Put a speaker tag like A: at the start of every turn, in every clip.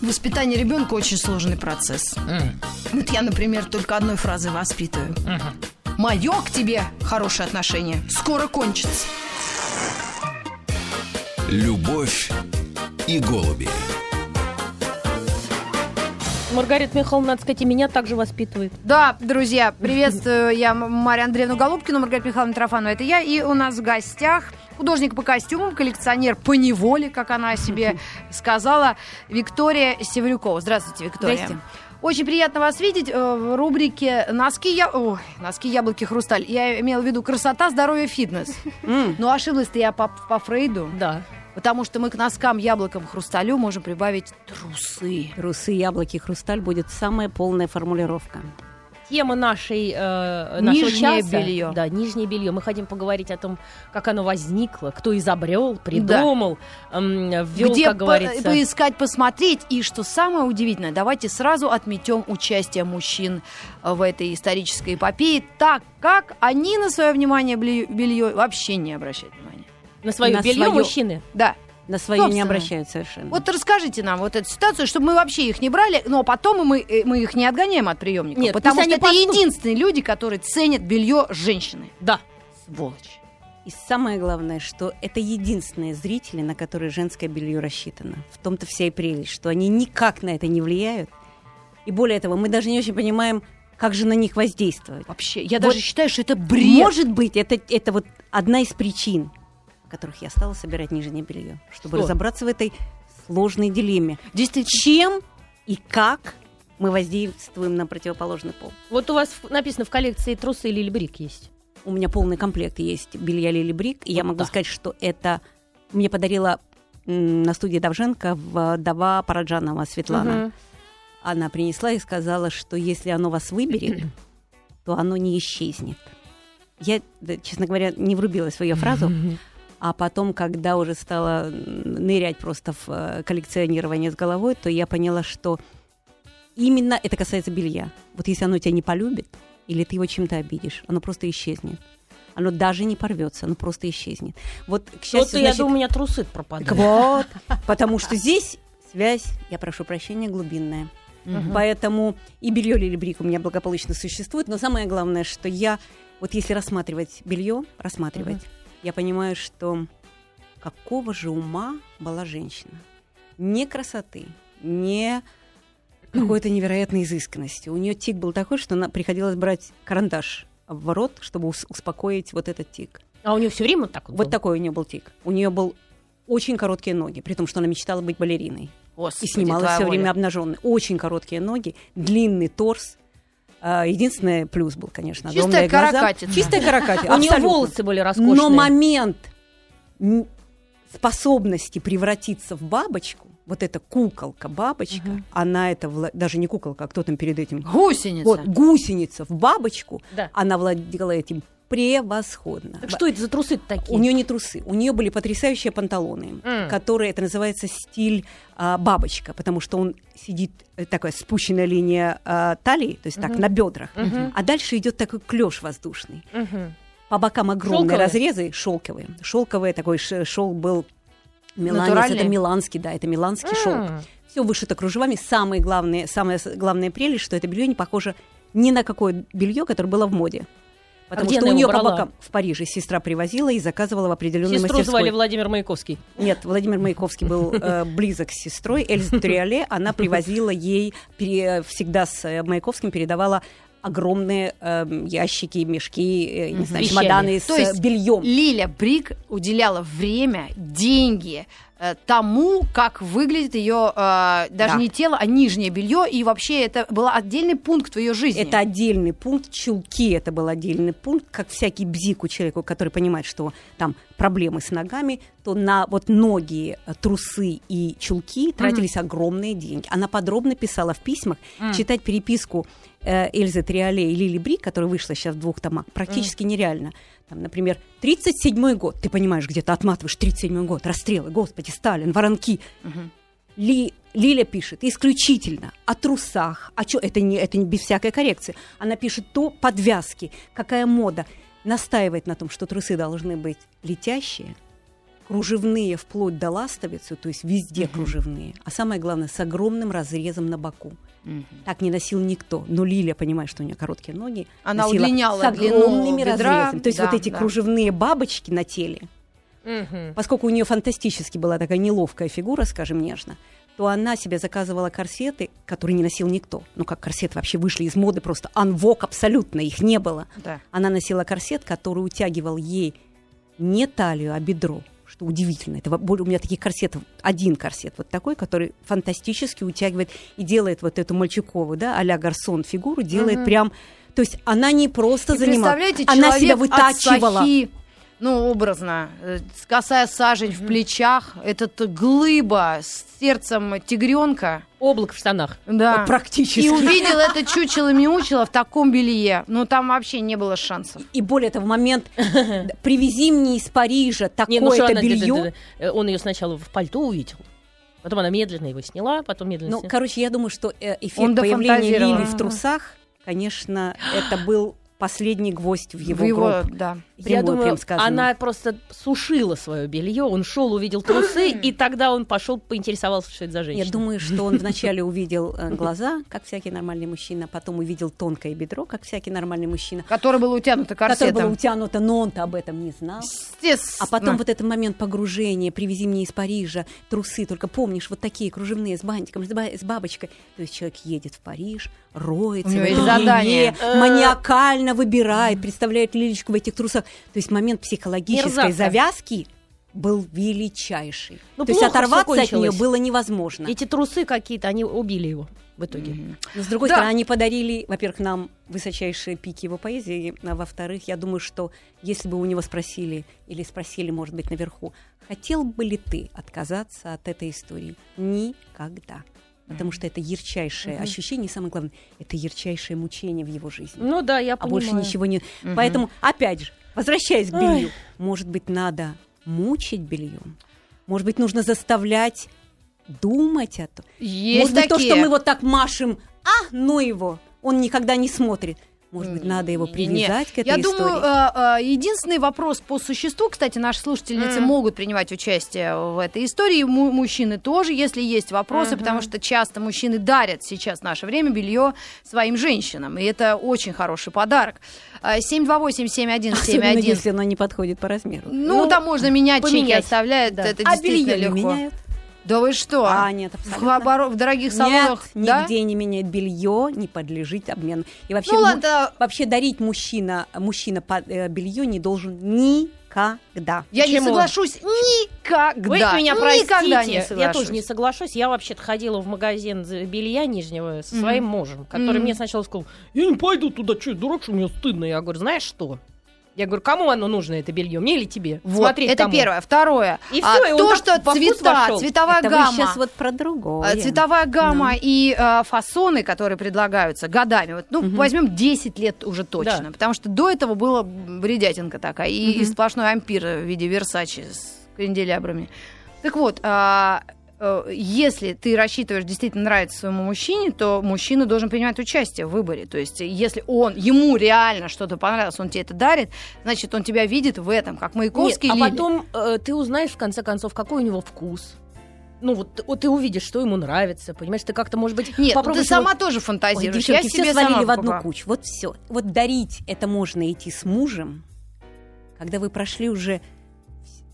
A: воспитание ребенка очень сложный процесс. Вот я, например, только одной фразой воспитываю. Мое к тебе хорошее отношение скоро кончится.
B: Любовь и голуби.
C: Маргарита Михайловна, надо сказать, и меня также воспитывает.
D: Да, друзья, приветствую я М- Марию Андреевну Голубкину, Маргарита Михайловна Трофанова, это я. И у нас в гостях художник по костюмам, коллекционер по неволе, как она о себе сказала, Виктория Севрюкова. Здравствуйте, Виктория.
C: Здрасте.
D: Очень приятно вас видеть э, в рубрике «Носки, я... Ой, носки яблоки, хрусталь». Я имела в виду красота, здоровье, фитнес. Но ошиблась-то я по, по Фрейду,
C: Да.
D: потому что мы к носкам, яблокам, хрусталю можем прибавить трусы.
E: Русы, яблоки, хрусталь будет самая полная формулировка.
C: Тема нашей, э, нашего
D: Нижнее
C: часа-
D: белье.
C: Да, нижнее белье. Мы хотим поговорить о том, как оно возникло, кто изобрел, придумал, эм, ввел,
D: где
C: как
D: по-
C: говорится.
D: поискать, посмотреть. И что самое удивительное, давайте сразу отметем участие мужчин э, в этой исторической эпопее, так как они на свое внимание бли- белье вообще не обращают внимания.
C: На свое
E: на
C: белье
E: своё.
C: мужчины.
D: Да.
E: На свою не
D: Собственно.
E: обращают совершенно.
D: Вот расскажите нам вот эту ситуацию, чтобы мы вообще их не брали, но потом мы, э, мы их не отгоняем от приемников,
C: Нет,
D: потому
C: пусть
D: что
C: они
D: это
C: послушают.
D: единственные люди, которые ценят белье женщины.
C: Да.
D: Сволочь.
E: И самое главное, что это единственные зрители, на которые женское белье рассчитано. В том-то вся и прелесть, что они никак на это не влияют. И более того, мы даже не очень понимаем, как же на них воздействовать.
D: Вообще, я
E: Вот
D: даже считаю, что это бред.
E: Может быть, это, это вот одна из причин, по которых я стала собирать нижнее белье, чтобы
C: Что?
E: разобраться в этой сложной дилемме.
D: Действительно.
E: Чем и как мы воздействуем на противоположный пол?
C: Вот у вас в- написано в коллекции трусы или либрик есть.
E: У меня полный комплект есть белья Лили Брик. И я
C: Вот
E: могу
C: так.
E: сказать, что это мне подарила м, на студии Давженко э, вдова Параджанова Светлана.
C: Мгм.
E: Она принесла и сказала, что если оно вас выберет, то оно не исчезнет. Я, да, честно говоря, не врубилась в ее фразу, а потом, когда уже стала м, нырять просто в э, коллекционирование с головой, то я поняла, что именно это касается белья. Вот если оно тебя не полюбит, или ты его чем-то обидишь, оно просто исчезнет. Оно даже не порвется, оно просто исчезнет. Вот, к
C: Вот Ну,
E: счастью,
C: я
E: значит,
C: думаю, у меня трусы пропадают.
E: так вот, потому что здесь связь, я прошу прощения, глубинная.
D: Мгм.
E: Поэтому и белье лилибрик у меня благополучно существует, но самое главное, что я, вот если рассматривать белье, рассматривать, я понимаю, что какого же ума была женщина. Не красоты, не какой-то невероятной изысканности. У нее тик был такой, что она приходилось брать карандаш в рот, чтобы ус- успокоить вот этот тик.
C: А у нее все время вот так вот.
E: Вот
C: было?
E: такой у нее был тик. У нее был очень короткие ноги, при том, что она мечтала быть балериной.
D: Господи,
E: И снималась
D: твоя
E: все
D: воля.
E: время обнаженной. Очень короткие ноги, длинный торс. А, Единственный плюс был, конечно,
D: Чистая
E: огромные глаза.
D: каракатица.
E: Чистая каракатица.
C: У нее
E: абсолютно.
C: волосы были роскошные.
E: Но момент м, способности превратиться в бабочку, вот эта куколка-бабочка, она это, вла- даже не куколка, а кто там перед этим?
D: Гусеница.
E: Вот, гусеница в бабочку,
C: Да.
E: она владела этим превосходно.
C: Так что это за трусы такие?
E: У нее не трусы, у нее были потрясающие панталоны,
C: М.
E: которые это называется стиль а, бабочка, потому что он сидит э, такая спущенная линия а, талии, то есть так на бедрах,
C: Мгм.
E: а дальше идет такой клеш воздушный,
C: Мгм.
E: по бокам
C: Шелковые?
E: огромные разрезы шелковые, шелковые такой ш- шелк был миланец,
D: Натуральный?
E: это миланский, да, это миланский шелк.
C: М.
E: Все вышито кружевами. Самое главное, самая с- главная прелесть, что это белье не похоже ни на какое белье, которое было в моде. Потому
C: А где
E: что
C: она
E: у
C: его
E: нее
C: брала?
E: в Париже сестра привозила и заказывала в определенной
C: Сестру
E: мастерской.
C: звали Владимир Маяковский.
E: Нет, Владимир Маяковский был э, близок с сестрой. Эльза Триоле, она привозила ей, пере- всегда с э, Маяковским передавала огромные э, ящики, мешки, э, не знаю,
C: Вещами.
E: чемоданы с
D: То есть
E: э, бельем.
D: Лиля Брик уделяла время, деньги э, тому, как выглядит ее э, даже
E: Да.
D: не тело, а нижнее белье. И вообще это был отдельный пункт в ее жизни.
E: Это отдельный пункт, чулки это был отдельный пункт, как всякий бзик у человека, который понимает, что там проблемы с ногами, то на вот ноги, э, трусы и чулки тратились огромные деньги. Она подробно писала в письмах, читать переписку э, Эльзы Триоле и Лили Брик, которая вышла сейчас в двух томах, практически нереально. Там, например, 37-й год, ты понимаешь, где-то отматываешь 37-й год, расстрелы, господи, Сталин, воронки, ли, Лиля пишет исключительно о трусах, о чё, это не, это не без всякой коррекции. Она пишет то подвязки, какая мода. Настаивает на том, что трусы должны быть летящие, кружевные вплоть до ластовицы, то есть везде кружевные, а самое главное, с огромным разрезом на боку. Так не носил никто. Но Лиля, понимает, что у нее короткие ноги,
A: Она
E: носила
A: удлиняла
E: с
A: длину
E: огромными
A: бедра.
E: разрезами. То есть
A: Да,
E: вот эти
A: да.
E: кружевные бабочки на теле,
C: Мгм.
E: поскольку у нее фантастически была такая неловкая фигура, скажем нежно, то она себе заказывала корсеты, которые не носил никто. Ну как корсеты вообще вышли из моды, просто анвок абсолютно, их не было.
A: Да.
E: Она носила корсет, который утягивал ей не талию, а бедро, что удивительно. Это во- более- у меня таких корсетов один корсет вот такой, который фантастически утягивает и делает вот эту мальчиковую, да, а-ля гарсон фигуру, делает прям... То есть она не просто
D: И
E: занимала,
D: представляете,
E: она себя
D: человек
E: вытачивала.
D: от сахи, ну, образно, э, косая сажень в плечах, это глыба с сердцем тигренка.
C: Облак в штанах.
D: Да.
E: Практически.
D: И увидел это чучело-мяучело в таком белье. Ну, там вообще не было шансов.
E: И более того, в момент привези мне из Парижа
C: Не, ну что
E: такое-то
C: она-
E: белье.
C: да-да-да. Э, Он ее сначала в пальто увидел, потом она медленно его сняла, потом медленно
E: Ну,
C: сняла.
E: короче, я думаю, что э,
D: Он
E: эффект появления
D: дофантазировал.
E: Лили в трусах, конечно, это был последний гвоздь в его,
D: В его,
E: гроб.
D: да.
E: Прямую,
C: Я думаю,
E: прям сказано.
C: она просто сушила свое белье. Он шел, увидел трусы, и тогда он пошел, поинтересовался, что это за женщина.
E: Я думаю, что он вначале увидел э, глаза, как всякий нормальный мужчина, потом увидел тонкое бедро, как всякий нормальный мужчина,
D: Которое было утянуто
E: которое
D: корсетом.
E: было утянуто, но он-то об этом не знал. А
D: Естественно.
E: потом вот этот момент погружения, привези мне из Парижа трусы, только помнишь, вот такие кружевные с бантиком, с ба- с бабочкой. То есть человек едет в Париж, роется,
D: У
E: в
D: него есть
E: этом белье,
D: задание.
E: маниакально выбирает, представляет Лилечку в этих трусах. То есть момент психологической
C: Мерзавка.
E: завязки был величайший.
C: Ну,
E: То есть
C: плохо всё
E: оторваться от нее
C: кончилось.
E: было невозможно.
C: Эти трусы какие-то, они убили его в итоге.
E: Но, с другой
D: Да.
E: стороны, они подарили, во-первых, нам высочайшие пики его поэзии, а во-вторых, я думаю, что если бы у него спросили, или спросили, может быть, наверху, хотел бы ли ты отказаться от этой истории? Никогда. Потому что это ярчайшее ощущение, и самое главное, это ярчайшее мучение в его жизни.
C: Ну да, я
E: а
C: понимаю.
E: больше ничего не... Поэтому, опять же, возвращаясь к
C: Ой.
E: белью, может быть, надо мучить бельем? Может быть, нужно заставлять думать о том?
D: Есть
E: Может быть, то,
D: такие.
E: что мы вот так машем, а, ну его, он никогда не смотрит. Может быть, надо его привязать к этой
D: Я
E: истории.
D: думаю, э, э, единственный вопрос по существу, кстати, наши слушательницы могут принимать участие в этой истории, му- мужчины тоже, если есть вопросы, потому что часто мужчины дарят сейчас в наше время белье своим женщинам, и это очень хороший подарок. Э, 728-7171.
E: Особенно, если оно не подходит по размеру.
D: Ну, там можно менять чеки,
C: поменять,
D: оставляют,
C: да.
D: это
E: а
D: действительно
E: белье не
D: легко.
E: меняют?
D: Да вы что?
E: А, нет,
D: в,
E: абсолютно.
D: оборо- в дорогих
E: Нет,
D: салонах, да?
E: нигде не меняет белье, не подлежит обмену. И вообще,
D: Ну
E: му-
D: ладно,
E: вообще дарить мужчина, мужчина э, белье не должен никогда.
D: я не
C: Почему?
D: соглашусь никогда.
C: Вы меня
D: Ну, Никогда
C: простите,
D: не
C: я
D: соглашусь.
C: тоже не соглашусь. Я вообще-то ходила в магазин за- белья нижнего со своим мужем, который
D: Мгм.
C: мне сначала сказал, я не пойду туда, что я дурак, что мне стыдно. Я говорю, знаешь что? Я говорю, кому оно нужно, это белье, мне или тебе?
D: Вот,
C: Смотреть
D: это
C: кому».
D: первое. Второе.
C: И
D: а,
C: всё, и он
D: то,
C: так
D: что
C: во вкус
D: цвета,
C: вошёл.
D: цветовая
E: Это
D: гамма.
E: вы сейчас вот про другое.
D: А, Цветовая
E: ну.
D: гамма и э, фасоны, которые предлагаются годами, вот, ну, возьмем 10 лет уже точно,
C: Да.
D: потому что до этого была бредятинка такая, и, и сплошной ампир в виде Версачи с канделябрами. Так вот, а, э, если ты рассчитываешь действительно нравиться своему мужчине, то мужчина должен принимать участие в выборе. То есть, если он, ему реально что-то понравилось, он тебе это дарит, значит, он тебя видит в этом, как
C: Нет,
D: Маяковский
C: а
D: Лили.
C: потом э, ты узнаешь, в конце концов, какой у него вкус. Ну вот, ты- вот ты увидишь, что ему нравится, понимаешь, ты как-то, может быть,
D: Нет, ну ты
C: попробуешь его-
D: сама тоже
E: Ой,
D: фантазируешь.
E: девчонки,
D: Я
E: все
D: себе
E: свалили
D: сама
E: в одну
D: покупаю.
E: кучу. Вот все. Вот дарить это можно идти с мужем, когда вы прошли уже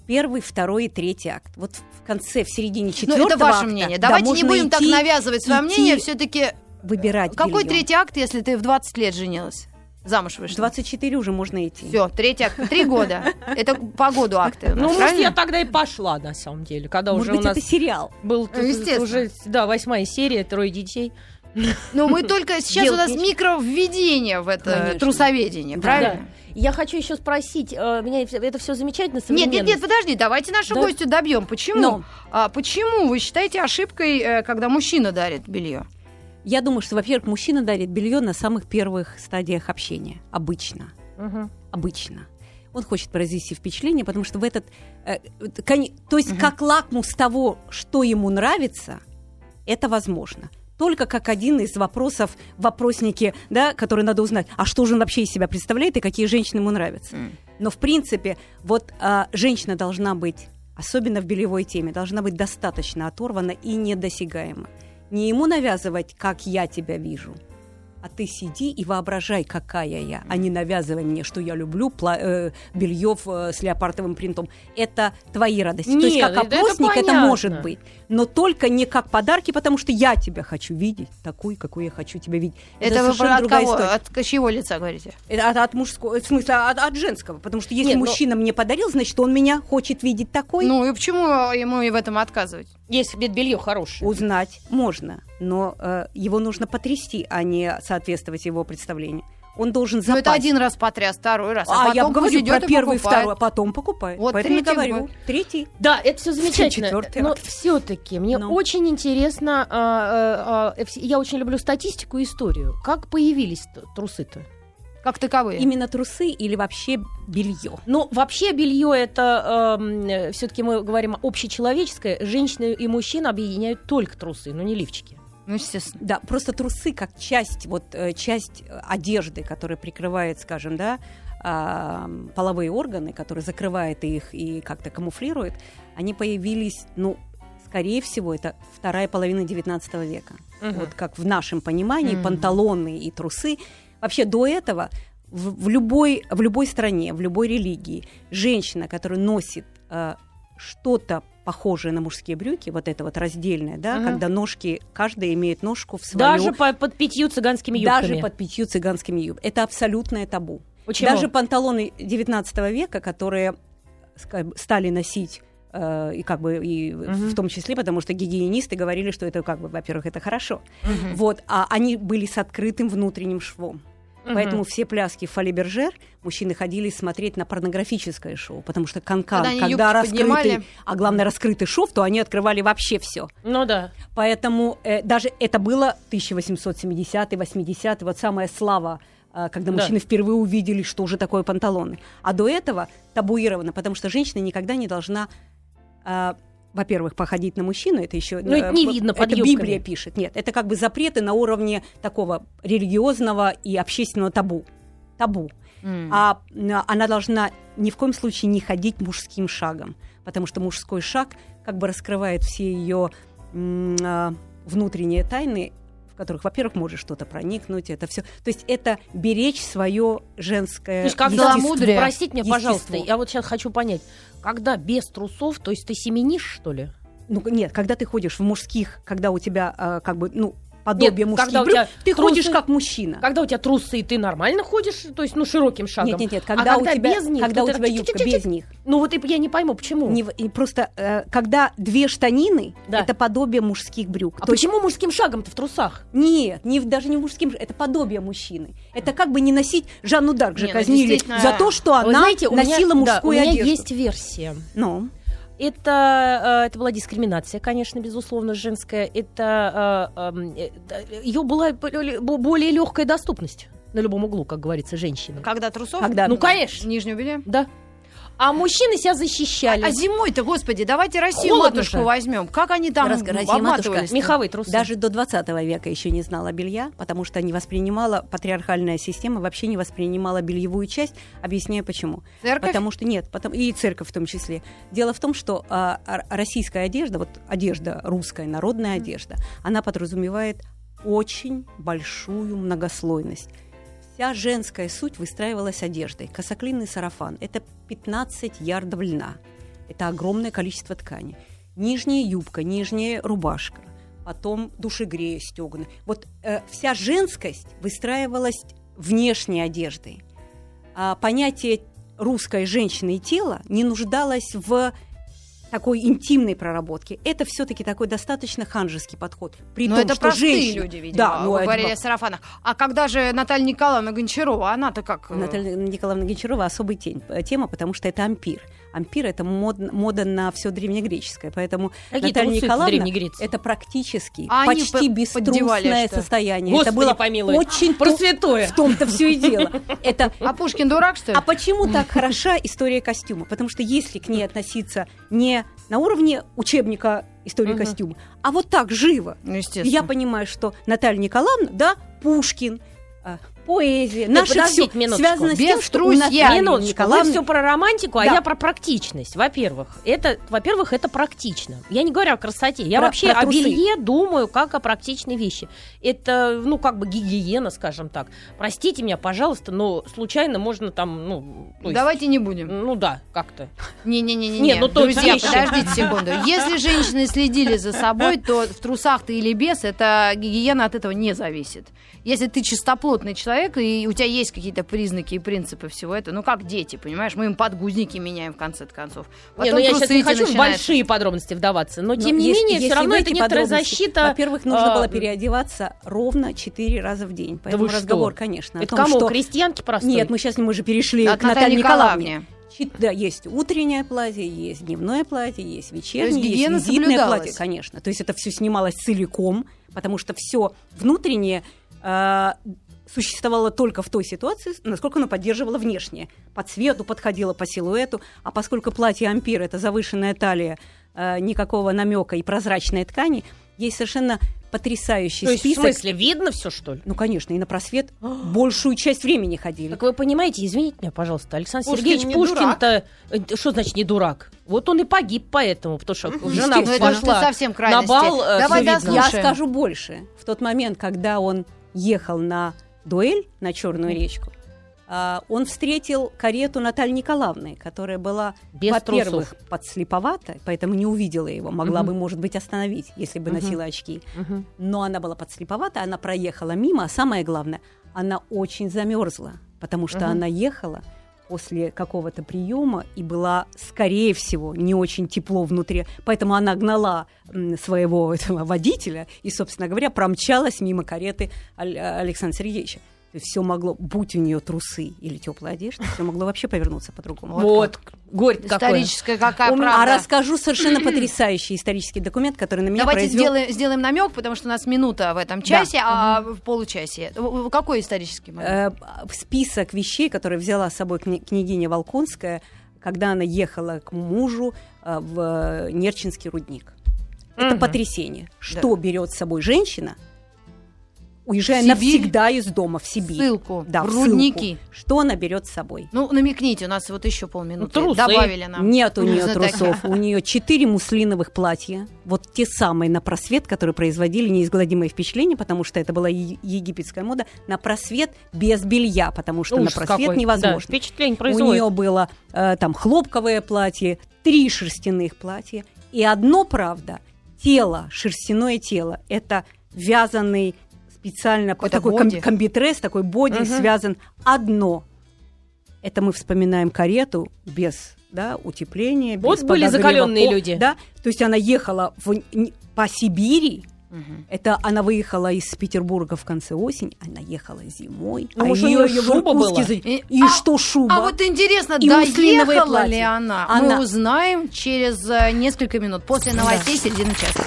E: первый, второй и третий акт. Вот в конце, в середине
D: Ну,
E: четвертого
D: это ваше
E: акта,
D: мнение.
E: да,
D: Давайте не
E: можно
D: будем так
E: идти
D: навязывать свое
E: идти-
D: мнение. Все-таки
E: Выбирать
D: какой
E: белье.
D: третий акт, если ты в 20 лет женилась? Замуж
E: В
D: вышла.
E: 24 уже можно идти.
D: Все, третий акт. Три года. Это по году акты. у нас,
C: Ну, может, я
D: правильно?
C: тогда и пошла, на самом деле, когда
E: Может
C: уже
E: быть,
C: у нас
E: это сериал.
C: был
D: Ну, естественно.
C: уже, да, восьмая серия, трое детей.
D: Но Ну, мы только сейчас у
C: Делать
D: нас
C: нечего.
D: микровведение в это
E: Конечно.
D: трусоведение, правильно?
C: Я хочу еще спросить, э, меня это- это все замечательно,
D: Нет, нет,
C: современно.
D: нет, подожди, давайте нашу
C: Да.
D: гостью добьем. Почему?
E: Но.
D: А, почему вы считаете ошибкой, э, когда мужчина дарит белье?
E: Я думаю, что, во-первых, мужчина дарит белье на самых первых стадиях общения. Обычно.
C: Мгм.
E: обычно. Он хочет произвести впечатление, потому что в этот... э, вот кони- то есть как лакмус того, что ему нравится, это возможно. Только как один из вопросов в вопроснике, да, который надо узнать, а что же он вообще из себя представляет и какие женщины ему нравятся. Но, в принципе, вот а, женщина должна быть особенно в белевой теме, должна быть достаточно оторвана и недосягаема. Не ему навязывать, как я тебя вижу, а ты сиди и воображай, какая я, а не навязывай мне, что я люблю пла- э, белье в, э, с леопардовым принтом. Это твои радости. То есть
C: Нет,
E: как
C: это- это
E: опросник это,
C: понятно.
E: может быть, но только не как подарки, потому что я тебя хочу видеть такой, какой я хочу тебя видеть.
D: Это, вы
E: совершенно
D: про- от
E: другая
D: кого?
E: история.
D: От чьего лица говорите?
E: Это от, от мужского, э, в смысле, от, от женского. Потому что если
C: Нет, ну-
E: мужчина мне подарил, значит, он меня хочет видеть такой.
D: Ну и почему ему и в этом отказывать?
C: Если белье хорошее.
E: Узнать можно, но э, его нужно потрясти, а не соответствовать его представлению. Он должен
D: Ну
E: запасть.
D: это один раз потряс, второй раз. А,
E: а я
D: потом
E: говорю
D: пусть
E: про
D: идет и
E: первый,
D: покупает.
E: второй, а потом покупает.
D: Вот
E: Поэтому я
D: третий
E: говорю.
D: год.
E: Третий.
C: Да, это все замечательно.
E: Четвертый
C: Но
E: акт.
C: все-таки мне
E: Ну.
C: очень интересно, а, а, а, вс- я очень люблю статистику и историю. Как появились т- трусы-то?
D: Как таковые.
E: Именно трусы или вообще белье.
C: Ну, вообще белье это все-таки мы говорим общечеловеческое. Женщины и мужчин объединяют только трусы, но не лифчики.
D: Ну, естественно.
E: Да, просто трусы как часть, вот э, часть э, одежды, которая прикрывает, скажем, да, а, половые органы, которые закрывает их и как-то камуфлирует, они появились, ну, скорее всего, это вторая половина 19 века.
C: Мгм.
E: Вот как в нашем понимании
D: Мгм.
E: панталоны и трусы. Вообще до этого в, в любой, в любой стране, в любой религии женщина, которая носит э, что-то похожее на мужские брюки, вот это вот раздельное, да,
C: Мгм.
E: когда ножки, каждая имеет ножку в свою...
C: Даже по- под пятью цыганскими юбками.
E: даже под пятью цыганскими юбками. Это абсолютное табу.
C: Почему?
E: Даже панталоны 19 века, которые ска- стали носить э, и как бы и
C: Мгм.
E: в том числе, потому что гигиенисты говорили, что это как бы, во-первых, это хорошо,
D: Мгм.
E: вот, а они были с открытым внутренним швом,
C: Мгм.
E: поэтому все пляски Фалибержер мужчины ходили смотреть на порнографическое шоу, потому что канкан,
D: Когда они
E: когда,
D: юбки
E: раскрытый,
D: поднимали.
E: а главное раскрытый шов, то они открывали вообще все.
C: Ну да.
E: Поэтому э, даже это было 1870-е, 80-е, вот самая слава, э, когда
C: Да.
E: мужчины впервые увидели, что уже такое панталоны. А до этого табуировано, потому что женщина никогда не должна, э, во-первых, походить на мужчину, это еще...
C: Ну, это не видно под
E: Это
C: юбками.
E: Библия пишет, нет. Это как бы запреты на уровне такого религиозного и общественного табу. Табу.
D: М.
E: А м, она должна ни в коем случае не ходить мужским шагом, потому что мужской шаг как бы раскрывает все ее м, а, внутренние тайны, в которых, во-первых, может что-то проникнуть, это все. То есть это беречь свое женское.
C: То есть как
E: естество.
D: целомудрие.
C: Простите меня, пожалуйста,
E: Естество.
C: я вот сейчас хочу понять, когда без трусов, то есть ты семенишь, что ли?
E: Ну, нет, когда ты ходишь в мужских, когда у тебя а, как бы ну подобие
C: Нет,
E: мужских
C: когда у
E: брюк,
C: тебя
E: ты
C: трусы-
E: ходишь как мужчина.
C: Когда у тебя трусы, ты нормально ходишь, то есть ну широким шагом.
E: Нет, нет, нет, когда, у
C: когда
E: тебя,
C: без них,
E: когда
C: то
E: у
C: ты
E: тебя юбка
C: чик-чик-чик-чик.
E: без них.
C: Ну вот и я не пойму, почему.
E: Не в- и просто э, когда две штанины,
C: Да.
E: это подобие мужских брюк.
C: А
E: То есть
C: почему мужским шагом-то в трусах?
E: Нет, не, в- даже не в мужским, это подобие мужчины. Это как бы не носить Жанну Дарк же
D: Не, ну,
E: казнили
D: действительно.
E: за то, что она
C: Вы знаете, у меня-
E: А, носила
C: да,
E: мужскую
C: у меня
E: одежду.
C: есть версия.
E: Ну,
C: Это, э, это была дискриминация, конечно, безусловно, женская. Это э, эм, ее была бо- более легкая доступность на любом углу, как говорится, женщина.
E: А
D: Когда трусов?
E: когда
C: Ну, конечно.
D: Нижнюю белье?
C: Да. А мужчины себя защищали.
D: А зимой-то, господи, давайте Россию
C: Холодно
D: матушку
C: же.
D: возьмем. Как они там
E: Раз- Россия, матушка.
D: обматывались?
C: Меховые трусы.
E: даже до 20 века еще не знала белья, потому что не воспринимала патриархальная система, вообще не воспринимала бельевую часть. Объясняю почему.
D: Церковь?
E: Потому что нет, потом, и церковь в том числе. Дело в том, что а, р- российская одежда, вот одежда русская, народная одежда, она подразумевает очень большую многослойность. Вся женская суть выстраивалась одеждой. Косоклинный сарафан – это 15 ярдов льна. Это огромное количество ткани. Нижняя юбка, нижняя рубашка, потом душегрея стеганы. Вот э, вся женскость выстраивалась внешней одеждой а, понятие русской женщины и тела не нуждалось в такой интимной проработке. Это все-таки такой достаточно ханжеский подход. При
D: Ну,
E: том,
D: это
E: что
D: простые
E: женщина-
D: люди, видимо.
E: Да, ну,
D: Вы
E: это
D: говорили о сарафанах. А когда же Наталья Николаевна Гончарова, она-то как? э,
E: Наталья Николаевна Гончарова особая тень- э, тема, потому что это ампир. Ампир это мод- мода на все древнегреческое, поэтому
C: Какие
E: Наталья
C: трусы в
E: Николаевна
C: Древней Греции?
E: это практически
D: А они
E: почти
D: по- поддевали
E: беструсное
D: что?
E: состояние. это
C: Господи
E: было
C: помилуй.
E: очень то-
C: Просвятое.
E: В том-то все и дело. Это
D: А Пушкин дурак, что ли?
E: А почему так хороша история костюма? Потому что если к ней относиться не на уровне учебника истории
C: Мгм.
E: костюма, а вот так живо,
D: Ну,
E: я
D: естественно.
E: понимаю, что Наталья Николаевна, да, Пушкин, а, поэзия. Наше все
C: подождите минуточку.
E: связано с тем,
D: Без
E: что у нас
D: трусья.
E: Анна
C: Минуточку, вы
E: Николаевна-
C: все про романтику, а
E: Да.
C: я про практичность. Во-первых, это, во-первых, это практично. Я не говорю о красоте. Я
E: Про-
C: вообще
E: про
C: о
E: трусы.
C: белье думаю как о практичной вещи. Это, ну, как бы гигиена, скажем так. Простите меня, пожалуйста, но случайно можно там, ну, то есть,
D: Давайте не будем.
C: ну да, как-то.
D: Не-не-не-не.
C: Не, ну то
D: Друзья,
C: вещи.
D: подождите секунду. Если женщины следили за собой, то в трусах ты или без, это гигиена от этого не зависит. Если ты чистоплотный человек, и у тебя есть какие-то признаки и принципы всего этого, ну как дети, понимаешь, мы им подгузники меняем в конце концов.
C: Не, ну я сейчас
D: трусы
C: не
D: эти
C: хочу в
D: начинают.
C: большие подробности вдаваться, но, тем не
E: если-
C: менее,
E: если
C: все равно
E: в
C: это
E: эти
C: некоторая
E: подробности,
C: защита.
E: Во-первых, нужно
C: а,
E: было переодеваться ровно 4 раза в день. Поэтому
C: вы что?
E: разговор, конечно,
C: Это
E: о том,
C: кому?
E: что...
C: Крестьянки простой?
E: Нет, мы сейчас мы же перешли
D: От
E: к Наталье Николаевне.
D: Николаевне.
E: Чи- Да, есть утреннее платье, есть дневное платье, есть вечернее,
D: То есть
E: есть,
D: гигиена
E: визитное
D: соблюдалась?
E: платье, конечно. То есть это все снималось целиком, потому что все внутреннее э, существовало только в той ситуации, насколько оно поддерживало внешнее. По цвету подходило, по силуэту. А поскольку платье ампир это завышенная талия, э, никакого намека и прозрачной ткани, есть совершенно потрясающий
C: То есть, в
E: список.
C: смысле, видно все, что ли?
E: Ну, конечно, и на просвет большую часть времени ходили.
C: Так вы понимаете, извините меня, пожалуйста, Александр
A: Пушкин
C: Сергеевич
A: не
C: Пушкин-то, э, что значит не дурак? Вот он и погиб поэтому, потому что жена
D: Ну, это же ты
C: пошла
D: совсем
C: на
D: крайности.
C: бал. э,
D: Давай
C: всё видно.
D: дослушаем.
E: Я
D: Слушаем.
E: скажу больше. В тот момент, когда он ехал на дуэль на Черную речку, а, он встретил карету Натальи Николаевны, которая была,
C: Без
E: во-первых,
C: трусов.
E: подслеповата, поэтому не увидела его, могла
C: Мгм.
E: бы, может быть, остановить, если бы
C: Мгм.
E: носила очки.
C: Мгм.
E: Но она была подслеповата, она проехала мимо, а самое главное, она очень замерзла, потому что
C: Мгм.
E: она ехала после какого-то приема и была, скорее всего, не очень тепло внутри. Поэтому она гнала м, своего этого водителя и, собственно говоря, промчалась мимо кареты Аль- э, Александра Сергеевича. Все могло, будь у нее трусы или теплая одежда, все могло вообще повернуться по-другому.
C: Вот, горько какое.
D: Историческая какая
E: Ум-
D: правда.
E: А расскажу совершенно потрясающий исторический документ, который на меня
D: Давайте
E: произвел-
D: сделаем, сделаем намек, потому что у нас минута в этом часе, а в получасе. В- в- Какой исторический момент?
E: э, в список вещей, которые взяла с собой кни- княгиня Волконская, когда она ехала к мужу э, в э, Нерчинский рудник. Это
C: Мгм.
E: потрясение. Что берет с собой женщина, уезжая
D: В Сибирь?
E: навсегда из дома в Сибирь?
D: Ссылку.
E: Да,
D: в
E: в ссылку.
D: рудники.
E: Что она берет с собой?
D: Ну, намекните, у нас вот еще полминуты.
C: Ну, трусы.
D: Добавили нам.
E: Нет у нее
D: Знатоки.
E: трусов. У нее четыре муслиновых платья. Вот те самые на просвет, которые производили неизгладимое впечатление, потому что это была е- египетская мода. На просвет без белья, потому что
C: Ужас
E: на просвет
C: какой. Да,
E: невозможно.
C: впечатление
E: у нее
C: производит.
E: было э, там хлопковое платье, три шерстяных платья. И одно, правда, тело, шерстяное тело, это вязаный специально
D: Какой-то
E: такой ком-
D: боди.
E: комбитрес, такой боди
C: Мгм.
E: связан одно. Это мы вспоминаем карету без да, утепления. без
C: Вот были
E: подогрева
C: закалённые
E: ков-
C: люди.
E: Да? То есть она ехала в- н- по Сибири,
D: Мгм.
E: это она выехала из Петербурга в конце осени, она ехала зимой.
C: Ну,
E: а
C: может, у
E: её-
C: неё
E: её в
C: шуба
E: Иркутске
C: была?
E: за-
D: И-
E: И
D: а-
E: что шуба?
D: А вот интересно,
E: И муслиновые
D: доехала
E: платья.
D: ли она?
E: Она-
D: Мы узнаем через э, несколько минут после новостей середины часа.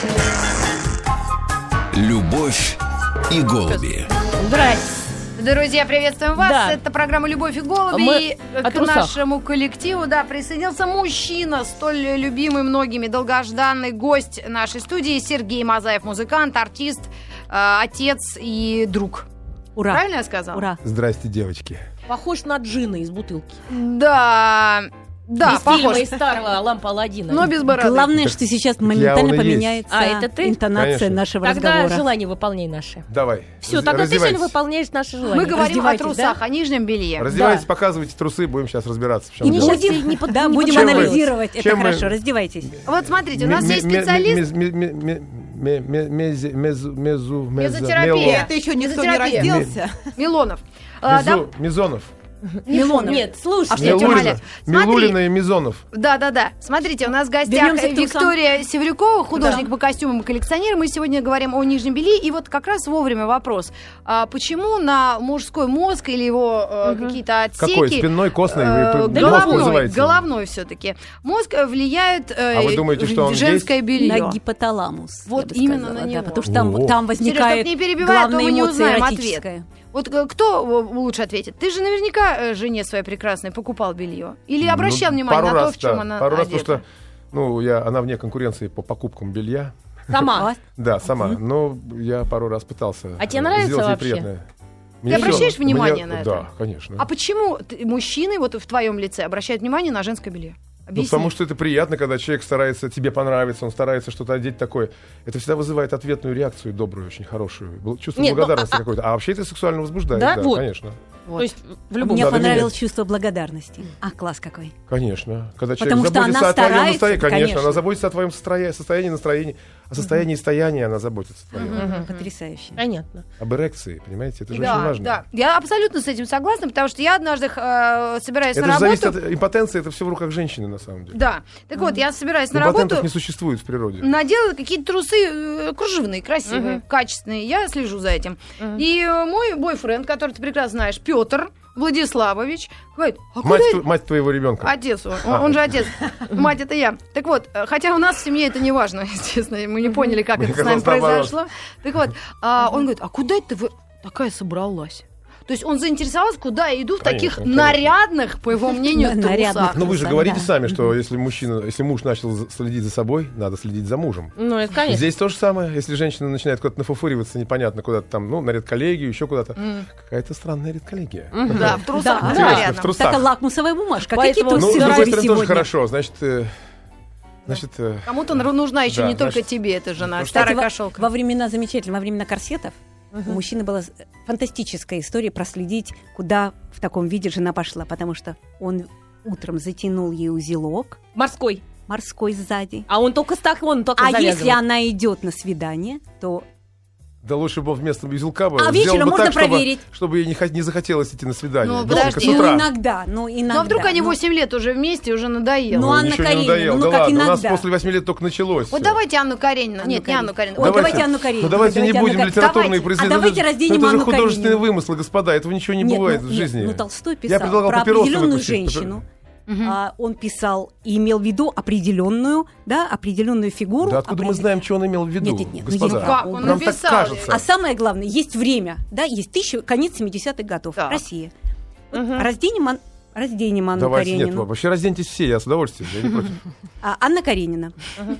B: Любовь и голуби.
C: Здрасте.
D: Друзья, приветствуем вас.
C: Да.
D: Это программа «Любовь и голуби».
C: Мы
D: И
C: о
D: к
C: трусах.
D: нашему коллективу да, присоединился мужчина, столь любимый многими, долгожданный гость нашей студии Сергей Мазаев, музыкант, артист, э, отец и друг.
E: Ура!
D: Правильно я сказала?
E: Ура!
F: Здрасте, девочки.
C: Похож на джина из бутылки.
D: Да, да,
C: из
D: похож.
C: фильма из старого «Лампа Аладдина».
D: Но без бороды.
E: Главное,
F: Так
E: что сейчас
F: так я он
E: моментально
F: и есть.
E: поменяется
C: А, это ты?
E: интонация
F: Конечно.
E: нашего
C: Тогда
E: разговора.
C: желание выполняй наши.
F: Давай.
C: Все,
F: раз-
C: тогда ты
F: раздевайтесь.
C: сегодня выполняешь наши желания.
D: Мы говорим о
E: Раздевайтесь,
D: трусах, о нижнем белье.
F: Раздевайтесь,
C: Да.
F: показывайте трусы, будем сейчас разбираться. в чем
E: И
F: дело.
E: будем,
C: не под-
E: да,
C: не
E: будем
F: подчеркивай.
E: анализировать. Это
F: Чем мы-
E: хорошо. Раздевайтесь.
D: Вот смотрите, у нас
F: Ме-
D: есть
F: ме- ме-
D: специалист.
F: ме- ме- ме- ме- ме- мези- мезу- мезу- мезо-
D: Мезотерапия.
F: мело-
D: Это еще никто не разделся. Милонов. А, да-
F: Мезу- Мизонов.
C: а
E: Милонов.
C: Нет, слушай.
D: А что я тебя
F: Милулина.
D: умоляю? Смотри.
F: Милулина и Мизонов.
D: Да, да, да. Смотрите, у нас в гостях
E: Вернёмся к трусам.
D: Виктория Севрюкова, художник по костюмам и коллекционер. Мы сегодня говорим о нижнем белье. И вот как раз вовремя вопрос: А почему на мужской мозг или его э, какие-то отсеки?
F: Какой? Спинной, костный?
D: э,
F: Вы п- мозг
D: головной,
F: называете?
D: головной все-таки. Мозг э, влияет э,
F: А вы думаете, что он
D: женское белье.
E: На гипоталамус. я
D: Вот
E: бы
D: именно
E: сказала,
D: на
E: да,
D: него.
E: потому что там,
F: О.
E: там
D: Серёж,
E: возникает
D: чтоб не перебивая, а то
E: главная
D: мы не
E: эмоция
D: узнаем ответ.
E: эротическая.
D: Вот э, кто э, лучше ответит? Ты же наверняка э, жене своей прекрасной покупал белье. Или обращал
F: Ну,
D: внимание
F: пару
D: на
F: раз,
D: то, в чем
F: да.
D: она
F: Пару раз,
D: одета?
F: потому что ну, я, она вне конкуренции по покупкам белья.
C: Сама.
D: А,
E: Класс.
F: Да, сама. Но я пару раз пытался.
C: А тебе
F: э,
C: нравится
F: сделать ей
C: вообще?
F: приятное. Мне всё-
D: обращаешь внимание на это?
F: Да, конечно.
D: А почему ты- мужчины вот в твоем лице обращают внимание на женское белье?
F: Ну,
D: Объясни.
F: потому что это приятно, когда человек старается, тебе понравится, он старается что-то одеть такое. Это всегда вызывает ответную реакцию добрую, очень хорошую. Бл- Чувство
C: Нет, ну,
F: благодарности какое-то. А вообще это сексуально возбуждает,
C: Да?
F: да,
C: Вот.
F: конечно.
D: Вот.
C: То есть в любом
E: Мне
F: надо
E: понравилось
F: менять.
E: чувство благодарности. А, класс какой.
F: Конечно. Когда человек
E: Потому что
F: заботится
E: она
F: о твоем
E: старается,
F: настроении, конечно,
E: конечно.
F: она заботится о твоем состоя- состоянии, настроении, о состоянии стояния она заботится твоем.
E: Потрясающе.
C: Понятно.
F: Об эрекции, понимаете, это же
D: Да,
F: очень важно.
D: да. Я абсолютно с этим согласна, потому что я однажды э, собираюсь
F: Это
D: на
F: же
D: работу.
F: зависит от импотенции, это все в руках женщины на самом деле.
D: Да. Так вот, я собираюсь на
F: Импотентов
D: работу.
F: Ну, не существует в природе.
D: Надела какие-то трусы э, кружевные, красивые, качественные. Я слежу за этим. И э, мой бойфренд, который ты прекрасно знаешь, Петр Владиславович, говорит, а куда
F: Мать,
D: это
F: тв- мать твоего ребенка.
D: Отец он,
F: А.
D: он- он же отец. Мать это я. Так вот, э, хотя у нас в семье это не важно, естественно, мы не поняли, как
F: Мне
D: это с нами
F: казалось, наоборот.
D: произошло. Так вот, а, он говорит, а куда это вы такая собралась? То есть он заинтересовался, куда я иду в
F: Конечно,
D: таких
F: конечно.
D: нарядных, по его мнению,
E: Да, нарядных.
D: трусах.
F: Но Ну, вы же
E: А Да.
F: говорите сами, что если мужчина, если муж начал за- следить за собой, надо следить за мужем.
C: Ну, это конечно.
F: Здесь то же самое. Если женщина начинает куда-то нафуфуриваться, непонятно куда-то там, ну, на редколлегию, еще куда-то. Какая-то странная редколлегия. Ну,
D: Да, в трусах,
E: Да.
D: да,
E: Интересно,
F: в
D: нарядно.
F: трусах.
E: Такая лакмусовая бумажка. А
C: Поэтому-
E: Какие
F: Ну, с
E: трусы
C: Сидоренко
F: другой
E: надели
F: стороны, тоже
E: сегодня?
F: хорошо. Значит, э, значит, э,
D: Кому-то нар- нужна еще
F: Да,
D: не только
F: значит, ну,
D: тебе эта жена,
F: потому что-
D: старая
E: Кстати, во-
D: кошелка.
E: Во времена замечательно, во времена корсетов у мужчины была с- фантастическая история проследить, куда в таком виде жена пошла, потому что он утром затянул ей узелок
C: Морской.
E: морской сзади.
C: А он только так, он только
E: А
C: завязывает.
E: если она идет на свидание, то
F: да лучше бы он вместо узелка бы
E: А
F: сделал
E: вечером
F: бы
E: можно
F: так, чтобы-
E: проверить.
F: Чтобы, ей не, хот- не захотелось идти на свидание.
D: Ну,
F: Лучше
D: подожди,
F: как с
E: ну
F: утра.
E: иногда, ну иногда.
D: Ну а вдруг они
E: ну,
D: 8 лет уже вместе, уже надоело.
E: Ну,
F: Ой,
E: Анна
F: ничего не
E: Каренина,
F: надоело.
E: ну,
F: да
E: как
F: ладно, у нас
E: иногда.
F: после 8 лет только началось.
D: Вот
F: всё.
D: давайте Анну Каренину.
E: Анну
D: Нет, не
E: Каренину.
D: Анну Каренину.
E: Ой, давайте Анну Каренину.
F: Ну, давайте
E: Давайте
F: не
E: Анну
F: будем
E: Каренину.
F: литературные
E: Давайте.
F: произведения.
E: А давайте
F: это же-
E: разденем
F: Это же
E: Анну
F: художественные
E: Каренину.
F: вымыслы, господа. Этого ничего не
E: Нет,
F: бывает
E: ну,
F: в
E: нет,
F: жизни.
E: Ну, Толстой
F: Я
E: писал
F: предлагал
E: про
F: папиросы
E: определенную
F: выкусить, потому-
E: женщину.
D: Мгм.
E: А, он писал и имел в виду определенную, да, определенную фигуру.
F: Да откуда мы
E: определ-
F: знаем, что он имел в виду,
E: Нет, нет, нет, ну,
F: господа?
E: есть-
D: Как он
F: Нам так
D: написал?
F: кажется.
E: А самое главное, есть время, да, есть тысяча, конец 70-х годов,
D: Так.
E: Россия. Вот Разденем, Ан- разденем Анну
F: Давайте, нет,
E: Каренину.
F: вообще разденьтесь все, я с удовольствием, я не против.
E: А, Анна Каренина.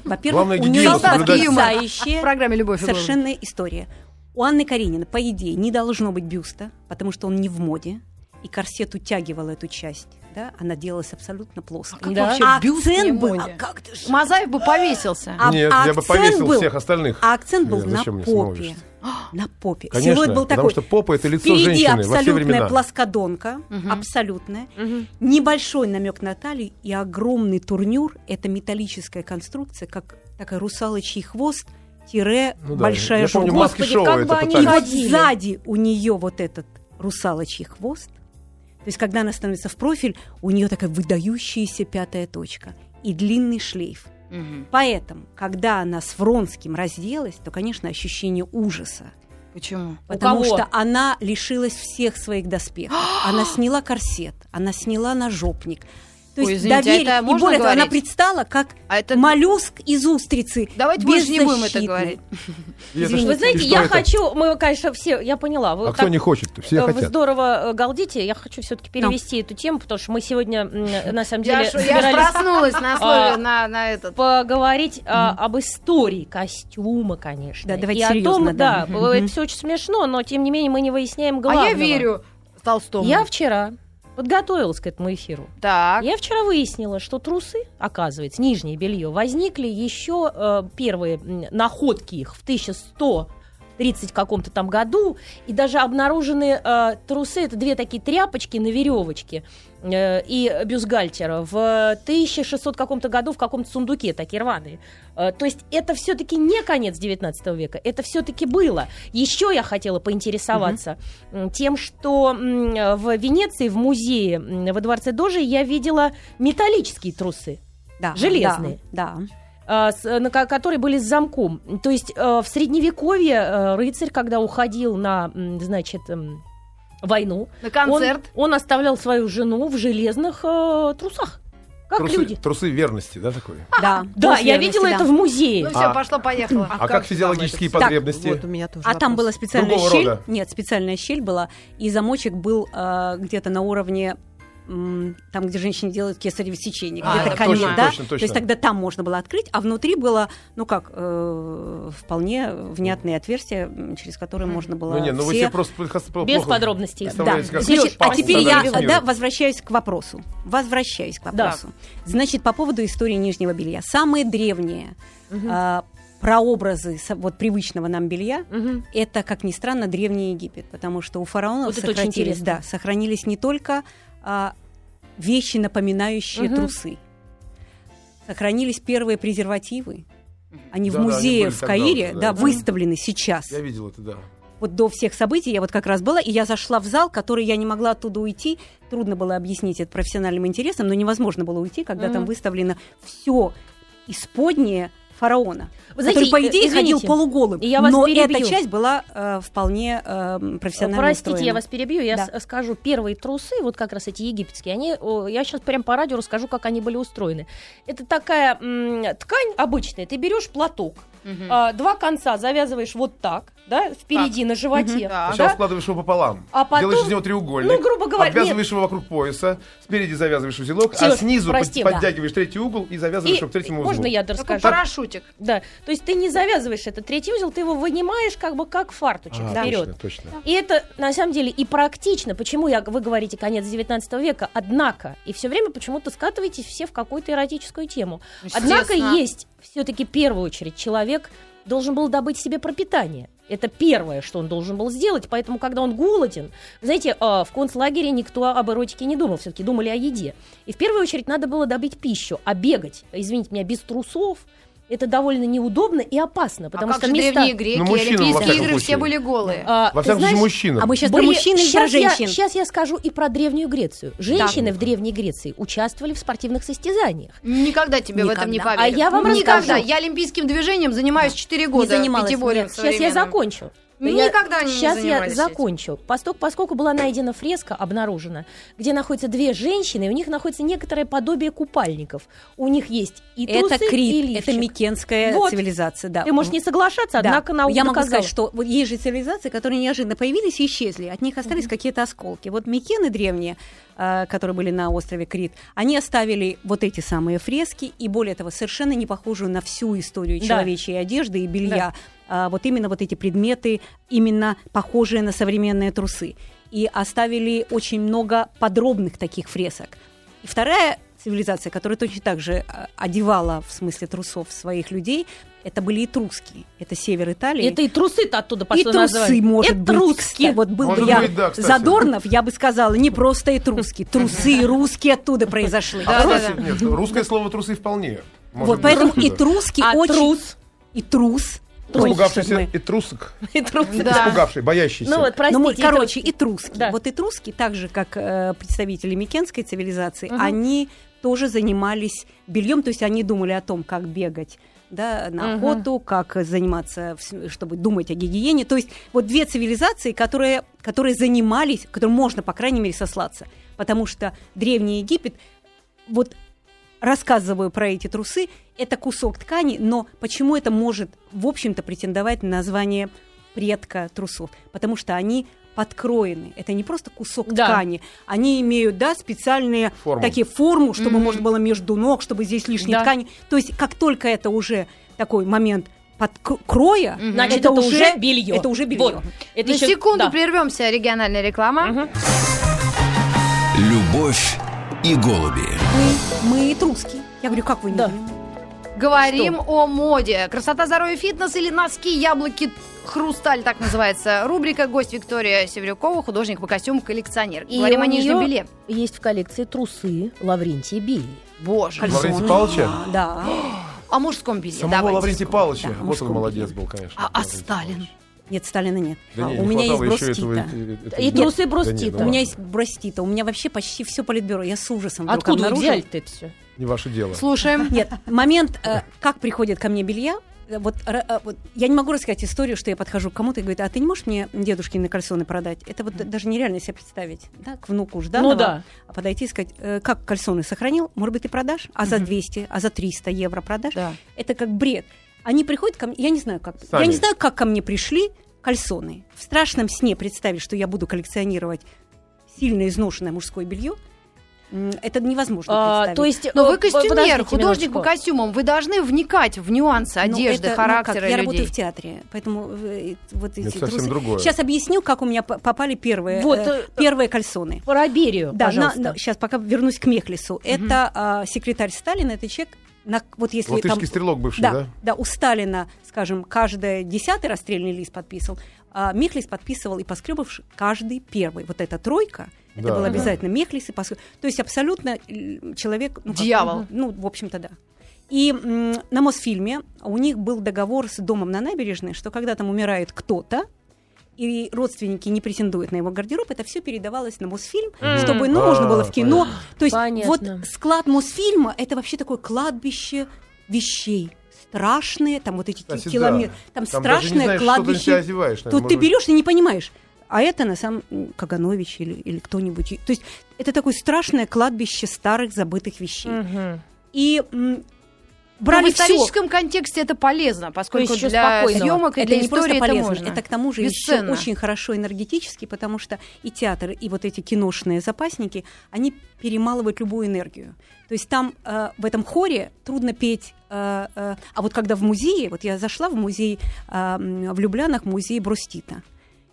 E: Во-первых,
F: Главное,
E: у
F: гигиену
E: нее
F: соблюдать.
D: В
E: потрясающая
D: программе «Любовь и голуби».
E: совершенная история. У Анны Каренина, по идее, не должно быть бюста, потому что он не в моде, и корсет утягивал эту часть, да, она делалась абсолютно плоской.
D: А как
C: Да.
D: вообще бюст не
E: акцент
D: в
E: был,
D: моде?
E: а как ты ж-
D: Мазаев бы повесился.
E: А-
F: Нет, я бы
E: акцент
F: повесил
E: был-
F: всех остальных.
E: а акцент был
F: Нет,
E: на
F: зачем мне
E: попе.
F: самовольство?
E: На попе.
F: Конечно,
E: Силуэт был
F: потому
E: такой.
F: что попа это лицо
E: Впереди
F: женщины во все
E: абсолютная
F: времена.
E: плоскодонка, абсолютная. Небольшой намек на талию и огромный турнюр. Это металлическая конструкция, как такая русалочий хвост, тире
F: Ну да,
E: большая
F: я помню,
E: жопа.
F: маски
C: Господи,
F: шоу
C: как
F: это
C: бы они
E: И
F: пытались.
E: вот
C: ходили.
E: сзади у нее вот этот русалочий хвост. То есть, когда она становится в профиль, у нее такая выдающаяся пятая точка и длинный шлейф.
D: Мгм.
E: Поэтому, когда она с Вронским разделась, то, конечно, ощущение ужаса.
D: Почему?
E: Потому
C: кого?
E: что она лишилась всех своих доспехов. она сняла корсет, она сняла нажопник. То
D: Ой,
E: есть
D: извините, а
E: доверие.
D: это
E: и
D: можно
E: более того, она
D: говорить?
E: предстала как
D: А это...
E: моллюск из устрицы.
D: Давайте больше не будем это
E: беззащитный.
D: говорить.
F: И это
C: Вы
F: что- и
C: знаете,
F: что
C: я
F: это?
C: хочу, мы, конечно, все, я поняла. Вы
F: А
C: так
F: кто не хочет? Все
C: э,
F: хотят.
C: здорово э, галдите. Я хочу все-таки перевести эту тему, потому что мы сегодня, м, э, на самом
D: Я
C: деле,
D: ж я ж
C: собирались
D: проснулась на слове,
C: А.
D: на на этот.
C: поговорить а, об истории костюма, конечно.
E: Да, давайте
C: И о
E: серьезно,
C: том, да,
E: да.
C: э, это все очень смешно, но тем не менее мы не выясняем
D: А
C: главного.
D: я верю Толстому.
C: Я вчера подготовилась к этому эфиру.
D: Так.
C: Я вчера выяснила, что трусы, оказывается, нижнее белье, возникли еще э, первые м, находки их в 1130 каком-то там году, и даже обнаружены э, трусы, это две такие тряпочки на веревочке э, и бюстгальтера в 1600 каком-то году в каком-то сундуке, такие рваные. Э, то есть это все-таки не конец 19 века, это все-таки было. Еще я хотела поинтересоваться, м, тем, что м, э, в Венеции, в музее, м, во дворце Дожи я видела металлические трусы,
E: Да,
C: Железные.
E: Да, да.
C: а, с- э, на ко- которые были с замком. То есть э, в средневековье э, рыцарь, когда уходил на, м, значит, м, войну,
D: На
C: он-
D: концерт.
C: Он, оставлял свою жену в железных э, трусах, как
F: Трусы,
C: люди.
F: трусы верности, да, такой?
E: да.
C: Да,
E: Тоже
C: я
E: верности,
C: видела
E: да.
C: это в музее.
D: Ну все,
F: А.
D: пошло-поехало.
F: А, как физиологические потребности?
G: Вот у меня тоже
E: А там
G: вопрос.
E: была специальная
F: Другого
E: щель.
F: рода.
E: Нет, специальная щель была, и замочек был э, где-то на уровне м, там, где женщины делают кесарево сечение,
A: А,
E: где-то
A: да,
E: конец,
A: точно,
E: да?
F: точно, точно.
E: То есть тогда там можно было открыть, а внутри было, ну как, э, вполне внятные отверстия, м, через которые можно было
F: Ну, не, ну вы
E: все
F: себе просто плохо
C: Без подробностей.
E: да.
F: представляете, как
E: Значит, а
F: паста
E: теперь я
F: размешивается.
E: да, возвращаюсь к вопросу. Возвращаюсь к вопросу. Значит, по поводу истории нижнего белья. Самые древние а, прообразы со- вот, привычного нам белья
C: Мгм.
E: это, как ни странно, Древний Египет, потому что у фараонов
C: Вот это очень
E: сократились,
C: интересно.
E: да, сохранились не только а, вещи, напоминающие
C: Мгм.
E: трусы, сохранились первые презервативы. Они
F: Да-да,
E: в
F: они
E: музее
F: были
E: в
F: тогда
E: Каире
F: вот,
E: да,
F: да.
E: выставлены сейчас.
F: Я видел это, да.
E: Вот до всех событий я вот как раз была, и я зашла в зал, который я не могла оттуда уйти. Трудно было объяснить это профессиональным интересом, но невозможно было уйти, когда там
C: Мгм.
E: выставлено все исподнее фараона,
C: Вы
E: который,
C: знаете,
E: по идее,
C: э,
E: ходил
C: извините,
E: полуголым.
C: я вас
E: но
C: перебью.
E: эта часть была э, вполне э, профессионально
C: Простите,
E: устроена.
C: я вас перебью, я
E: Да.
C: с- скажу, первые трусы, вот как раз эти египетские, они, о, я сейчас прям по радио расскажу, как они были устроены. Это такая м, ткань обычная, ты берешь платок, а, два конца завязываешь вот так, да, впереди на животе,
A: Да.
F: Сначала
C: да,
F: складываешь его пополам,
C: А потом-
F: делаешь из него треугольник,
C: Ну, грубо говоря,
F: обвязываешь его вокруг пояса, спереди завязываешь узелок, а
C: Серёж,
F: снизу под-
C: прости, да.
F: подтягиваешь третий угол и завязываешь
C: И
F: его к третьему узлу.
C: можно я
D: Такой
C: расскажу?
D: Ну, парашютик.
C: Да, то есть ты не завязываешь это третий узел, ты его вынимаешь как бы как фарточек
F: А,
C: вперед.
F: Точно, точно.
C: И это на самом деле и практично. Почему я, вы говорите конец 19 века, однако, и все время почему-то скатываетесь все в какую-то эротическую тему. Однако
D: Естественно.
C: есть все-таки в первую очередь человек должен был добыть себе пропитание. Это первое, что он должен был сделать, поэтому, когда он голоден, вы знаете, э, в концлагере никто об эротике не думал, все-таки думали о еде. И в первую очередь надо было добыть пищу, а бегать, извините меня, без трусов, это довольно неудобно и опасно, потому
D: а как
C: что
D: же
C: места-
D: древние греки,
F: Ну, мужчина, во
D: Олимпийские
F: всяком
D: игры все
F: случае.
D: были голые.
C: А,
F: Во
C: ты
F: всяком случае,
C: знаешь,
F: мужчина.
E: А мы сейчас про мужчин и про женщин.
C: сейчас я скажу и про Древнюю Грецию. Женщины в Древней Греции участвовали в спортивных состязаниях.
D: Никогда тебе в этом не
E: Никогда.
D: поверю.
C: А я вам
D: Никогда.
C: расскажу.
D: Я олимпийским движением занимаюсь 4 года.
E: занималась,
D: пятиборьем
E: нет.
C: Сейчас я
D: современным.
C: закончу.
D: Никогда они не
C: Сейчас я
D: занимались этим.
C: закончу. Поскольку, поскольку была найдена фреска, обнаружена, где находятся две женщины, и у них находится некоторое подобие купальников. У них есть и трусы,
E: Это
C: и
E: Крит,
C: лифчик.
E: это микенская
C: Вот.
E: цивилизация, да.
C: Ты можешь не соглашаться,
E: Да.
C: однако наука
E: Я могу
C: доказала.
E: сказать, что вот есть же цивилизации, которые неожиданно появились и исчезли. От них остались какие-то осколки. Вот Микены древние, э, которые были на острове Крит, они оставили вот эти самые фрески и, более того, совершенно не похожую на всю историю
C: Да.
E: человечьей одежды и белья. А, вот именно вот эти предметы, именно похожие на современные трусы. И оставили очень много подробных таких фресок. И вторая цивилизация, которая точно так же э, одевала, в смысле трусов, своих людей, это были этрусские. Это север Италии.
C: Это и трусы-то оттуда
E: И
C: пошло
E: трусы,
C: название.
E: может быть.
C: Этруски.
E: кстати. Вот был
F: Может
E: бы я
F: быть, да, кстати.
E: Задорнов, я бы сказала, не просто и труски. Трусы и русские оттуда произошли.
D: Да, да, да.
F: Трусы- А Нет, ну, русское слово трусы вполне. Может
E: Вот
F: быть,
E: поэтому
F: оттуда.
E: и труски
C: А
E: очень...
C: трус?
E: И трус. Ой,
F: Испугавшийся
E: что мы-
F: и трусок.
C: И трусы.
D: Да.
F: Испугавший, боящийся.
C: Ну вот, простите.
E: Ну, мы-
C: и трусы.
E: короче, и труски.
C: Да.
E: Вот и труски, так же, как э, представители микенской цивилизации,
C: Мгм.
E: они тоже занимались бельем, то есть они думали о том, как бегать да, на
C: Мгм.
E: охоту, как э, заниматься, вс- чтобы думать о гигиене. То есть вот две цивилизации, которые, которые занимались, которым можно, по крайней мере, сослаться. Потому что Древний Египет, вот рассказываю про эти трусы, это кусок ткани, но почему это может, в общем-то, претендовать на название предка трусов? Потому что они подкроены. Это не просто кусок
C: Да.
E: ткани. Они имеют, да, специальные
F: Форму.
E: такие форму, чтобы
D: Мгм.
E: можно было между ног, чтобы здесь лишней
C: Да.
E: ткани. То есть как только это уже такой момент подкроя,
D: Мгм.
C: Значит, это, уже белье.
E: Это уже белье.
C: Вот. Это
D: На
C: ещё-
D: секунду
C: да.
D: прервемся. Региональная реклама.
C: Мгм.
B: Любовь и голуби.
E: Мы, мы этрусские. Я говорю, как вы не
C: Да.
E: понимаете?
D: Говорим о моде. Красота, здоровье, фитнес или носки, яблоки, хрусталь, так называется. Рубрика «Гость Виктория Севрюкова», художник по костюму, коллекционер.
C: И
D: Говорим
C: у
D: о нижнем
C: неё-
D: белье.
C: Есть в коллекции трусы Лаврентия Били.
D: Боже.
F: Лаврентий
E: Кальсоны.
F: Палыча?
E: Да.
D: О мужском белье.
F: Самого
D: давайте.
F: Лаврентия Палыча. вот он
E: мужского
F: молодец был, конечно.
D: А- а
F: Лаврентий
D: Сталин?
F: Палыч.
E: Нет, Сталина нет. А,
F: Да не,
E: у
F: не
E: меня есть
F: хватало еще
E: бростита.
F: этого- э- э- этого-
C: И
F: Нет,
C: трусы
F: да нет,
C: бростита.
F: ну
E: У меня
F: ладно,
E: есть бростита. У меня вообще почти все политбюро. Я с ужасом вдруг
C: А Откуда вы
E: обнаружила.
C: взяли это все?
F: Не ваше дело.
D: Слушаем.
E: Эм, Нет, момент, э, как приходит ко мне белья, э, вот, ра- э, вот я не могу рассказать историю, что я подхожу к кому-то и говорю, а ты не можешь мне дедушкины кальсоны продать? Это вот даже нереально себе представить, да, к внуку Жданова.
C: Ну да.
E: А подойти и сказать, «Э, как кальсоны сохранил, может быть, ты продашь, а за 200, а за 300 евро продашь?
D: Да.
E: Это как бред. Они приходят ко мне, я не знаю, как,
F: Сами.
E: я не знаю, как ко мне пришли кальсоны. В страшном сне представить, что я буду коллекционировать сильно изношенное мужское белье, М, Это невозможно
C: А,
E: представить. Ну,
C: то есть,
D: Но
C: э,
D: вы костюмер,
C: подождите
D: художник
C: минуточку.
D: по костюмам. Вы должны вникать в нюансы
E: Ну,
D: одежды,
E: это, ну,
D: характера
E: как, я
D: людей.
E: работаю в театре, поэтому э, вот эти
F: Это совсем
E: трусы-
F: другое.
E: Сейчас объясню, как у меня п- попали первые,
C: Вот,
E: э,
C: э,
E: первые кальсоны.
C: Про Берию, пожалуйста.
E: сейчас пока вернусь к Мехлису. Это а, секретарь Сталина, это человек, на, вот если
F: Латышский
E: там-
F: стрелок бывший,
E: да,
F: да?
E: да, у Сталина, скажем, каждый десятый расстрельный лист подписывал, а Мехлис подписывал и Поскребов каждый первый. Вот эта тройка, это
F: Да,
E: было
F: да.
E: обязательно Мехлис и Поскребов. То есть абсолютно э, человек... ну, как-
D: Дьявол.
E: Ну, в общем-то, да. И м, на Мосфильме у них был договор с домом на набережной, что когда там умирает кто-то, и родственники не претендуют на его гардероб, это все передавалось на Мосфильм, чтобы, ну,
F: А,
E: можно было в кино. То есть
C: Понятно.
E: вот склад Мосфильма – это вообще такое кладбище вещей. Страшные, там вот эти
F: Кстати,
E: километры,
F: да.
E: там,
F: Там даже не
E: страшное
F: знаешь, что ты на
E: кладбище.
F: себя одеваешь.
E: Тут
F: наверное,
E: ты
F: может быть.
E: берешь и не понимаешь. А это на самом м, Каганович или, или кто-нибудь. И- То есть это такое страшное кладбище старых забытых вещей.
C: Мгм.
E: И м,
D: Ну, в
E: брали все.
D: историческом контексте это полезно, поскольку
C: ещё
D: для
C: спокойного.
D: съемок и
E: это
D: для
E: не просто
D: истории это
E: полезно,
D: можно.
E: это к тому же еще
D: Бесценно.
E: очень хорошо энергетически, потому что и театр, и вот эти киношные запасники, они перемалывают любую энергию. То есть там э, в этом хоре трудно петь, э, э, а вот когда в музее, вот я зашла в музей э, м, в Люблянах, музей Брустита.